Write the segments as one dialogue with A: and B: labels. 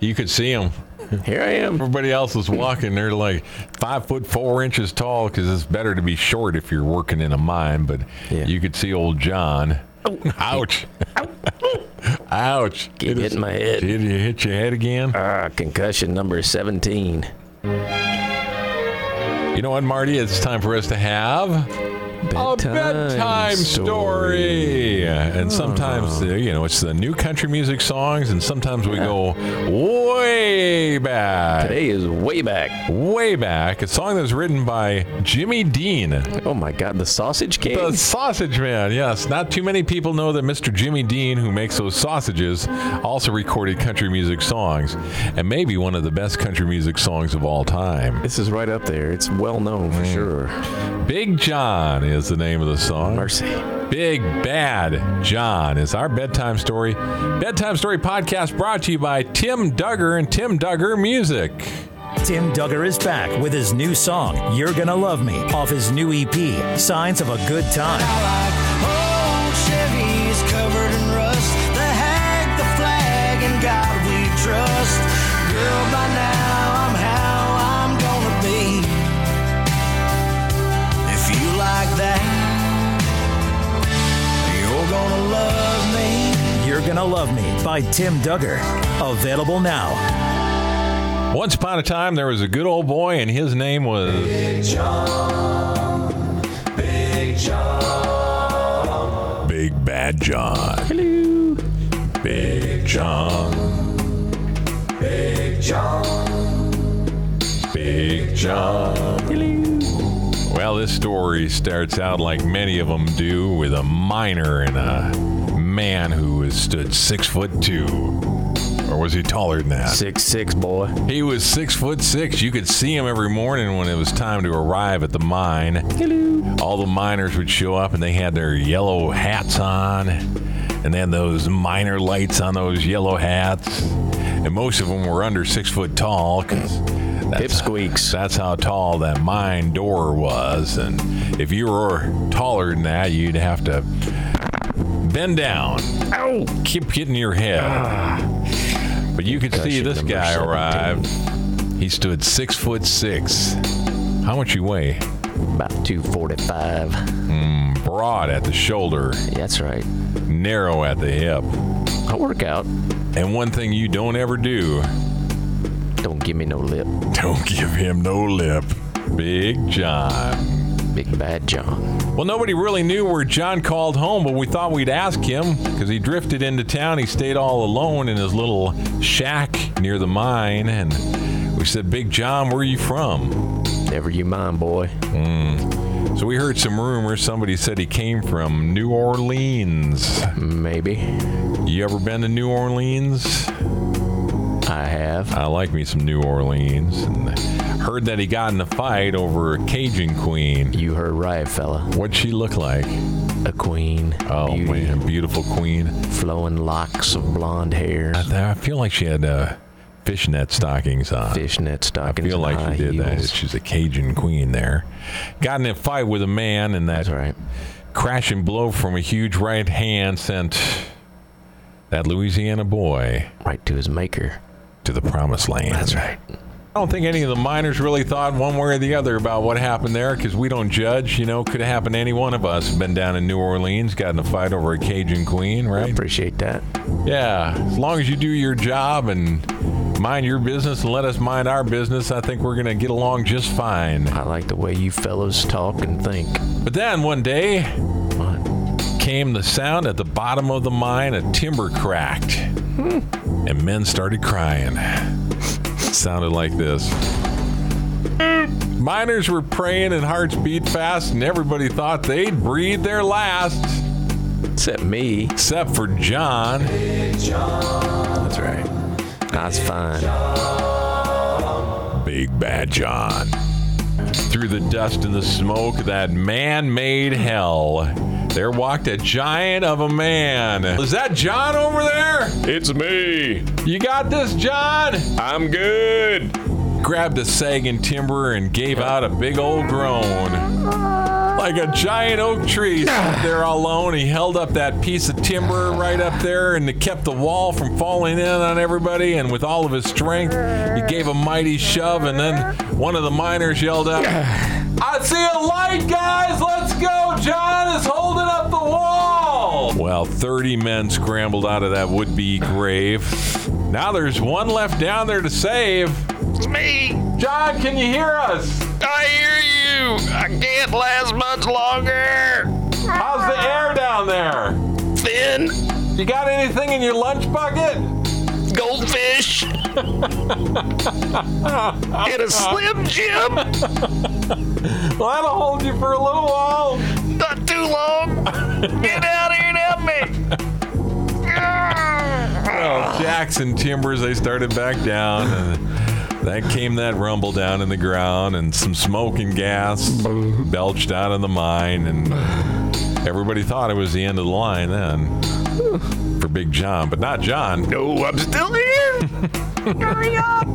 A: You could see them.
B: Here I am.
A: Everybody else is walking. They're like five foot four inches tall because it's better to be short if you're working in a mine. But
B: Yeah. Oh.
A: you could see old John. Ouch. Ouch.
B: Keep hitting my head.
A: Did you hit your head again?
B: Ah, concussion number 17.
A: You know what, Marty? It's time for us to have a bedtime story. And sometimes, uh, you know, it's the new country music songs, and sometimes we go way back.
B: Today is way back.
A: Way back. A song that was written by Jimmy Dean.
B: Oh my God, the sausage king.
A: The Sausage Man, yes. Not too many people know that Mr. Jimmy Dean, who makes those sausages, also recorded country music songs, and maybe one of the best country music songs of all time.
B: This is right up there. It's well known for sure.
A: Big John is the name of the song.
B: Mercy.
A: Big Bad John is our bedtime story. Bedtime Story podcast brought to you by Tim Duggar and Tim Duggar Music.
C: Tim Duggar is back with his new song, You're Gonna Love Me, off his new EP, Signs of a Good Time.
D: like old Chevys covered in rust. The hag, the flag, and God we trust. Girl, by now I'm how I'm gonna be. If you like that, you're gonna love me.
C: You're Gonna Love Me by Tim Duggar. Available now.
A: Once upon a time, there was a good old boy, and his name was
D: Big John.
A: Big Bad John. Hello. Big John.
D: Big John.
A: Big John. Well, this story starts out like many of them do with a miner and a man who has stood six foot two. Or was he taller than that?
B: Six six boy.
A: He was six foot six. You could see him every morning when it was time to arrive at the mine. Hello. All the miners would show up and they had their yellow hats on and they had those miner lights on those yellow hats. And most of them were under six foot tall because
B: Hip squeaks.
A: that's how tall that mine door was. And if you were taller than that, you'd have to bend down.
B: Ow!
A: Keep hitting your head. but you could see
B: Concussion
A: this
B: number
A: guy
B: 17.
A: arrived. He stood six foot six. How much you weigh?
B: About 245. Yeah,
A: Broad at the shoulder,
B: that's right.
A: narrow at the hip.
B: I work out.
A: And one thing you don't ever do
B: Don't give me no lip.
A: don't give him no lip. Big John.
B: Big bad John.
A: Well, nobody really knew where John called home, but we thought we'd ask him because he drifted into town. He stayed all alone in his little shack near the mine. And we said, Big John, where are you from?
B: Never you mind, boy.
A: So we heard some rumors. Somebody said he came from New Orleans.
B: Maybe.
A: You ever been to New Orleans?
B: I have.
A: I like me some New Orleans. And heard that he got in a fight over a Cajun queen.
B: You heard right, fella.
A: What'd she look like?
B: A queen.
A: Oh,
B: beauty,
A: man, beautiful queen.
B: Flowing locks of blonde hair.
A: I th- I feel like she had uh, fishnet stockings on.
B: Fishnet stockings.
A: I feel
B: and
A: like
B: high
A: she did that.
B: heels.
A: She's a Cajun queen there. Got in a fight with a man, and that
B: That's right.
A: crashing blow from a huge right hand sent that Louisiana boy
B: Right to his maker.
A: to the promised land. That's right. I don't think any of the miners really thought one way or the other about what happened there because we don't judge. You know, could have happened to any one of us. Been down in New Orleans, got in a fight over a Cajun queen,
B: I
A: right?
B: appreciate that.
A: Yeah, as long as you do your job and mind your business and let us mind our business, I think we're going to get along just fine.
B: I like the way you fellows talk and think.
A: But then one day
B: What?
A: came the sound at the bottom of the mine, a timber cracked, and men started crying. Sounded like this. Miners were praying and hearts beat fast, and everybody thought they'd breathe their last,
B: Except me.
A: except for John.
B: That's right. That's fine.
A: Big Bad John. Through the dust and the smoke of that man made hell, there walked a giant of a man. Is that John over there?
E: It's me.
A: You got this, John?
E: I'm good.
A: Grabbed a sagging timber and gave out a big old groan. like a giant oak tree sat there all alone. He held up that piece of timber right up there and it kept the wall from falling in on everybody. And with all of his strength, he gave a mighty shove. And then one of the miners yelled out, I see a light, guys. Let's go. John is holding up the wall. Well, 30 men scrambled out of that would be grave. Now there's one left down there to save.
E: It's me.
A: John, can you hear us?
E: I hear you. I can't last much longer.
A: How's the air down there?
E: Finn,
A: You got anything in your lunch bucket?
E: goldfish, and a Slim Jim.
A: Well, that'll hold you for a little while.
E: Not too long. Get out here and help me.
A: Well, Jackson Timbers, they started back down. And that came that rumble down in the ground, and some smoke and gas belched out of the mine. And everybody thought it was the end of the line then for Big John, but not John.
E: No, I'm still here. Hurry up.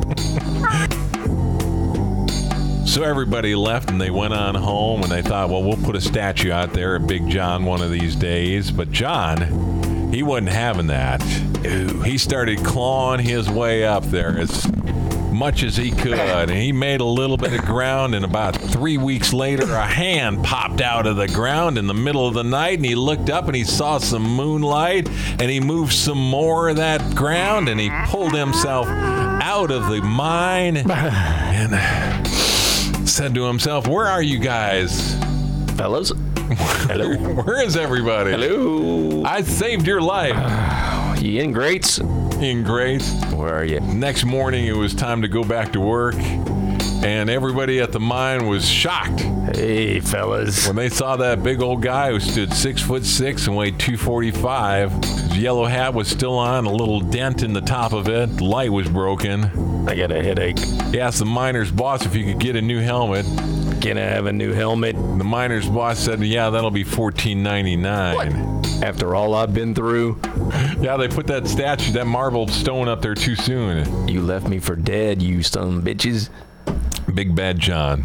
A: So everybody left and they went on home and they thought, well, we'll put a statue out there of Big John one of these days. But John, he wasn't having that. He started clawing his way up there as much as he could. And he made a little bit of ground. And about three weeks later, a hand popped out of the ground in the middle of the night. And he looked up and he saw some moonlight. And he moved some more of that ground and he pulled himself out of the mine. and said to himself, Where are you guys?
B: Fellas? Hello?
A: Where is everybody?
B: Hello?
A: I saved your life
B: You ingrates?
A: in grace.
B: Where are you?
A: Next morning, it was time to go back to work, and everybody at the mine was shocked
B: Hey, fellas.
A: when they saw that big old guy who stood six foot six and weighed 245. His yellow hat was still on, a little dent in the top of it. The light was broken.
B: I got a headache.
A: He asked the miner's boss if he could get a new helmet.
B: Can I have a new helmet?
A: The miner's boss said, "Yeah, that'll be 14.99."
B: After all I've been through,
A: Yeah, they put that statue, that marble stone up there too soon.
B: you left me for dead, you son of bitches.
A: Big Bad John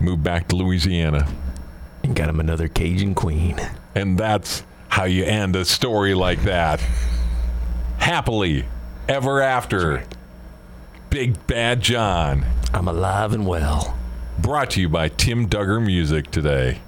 A: moved back to Louisiana.
B: And got him another Cajun queen.
A: And that's how you end a story like that. Happily, ever after. Big Bad John.
B: I'm alive and well.
A: Brought to you by Tim Duggar Music today.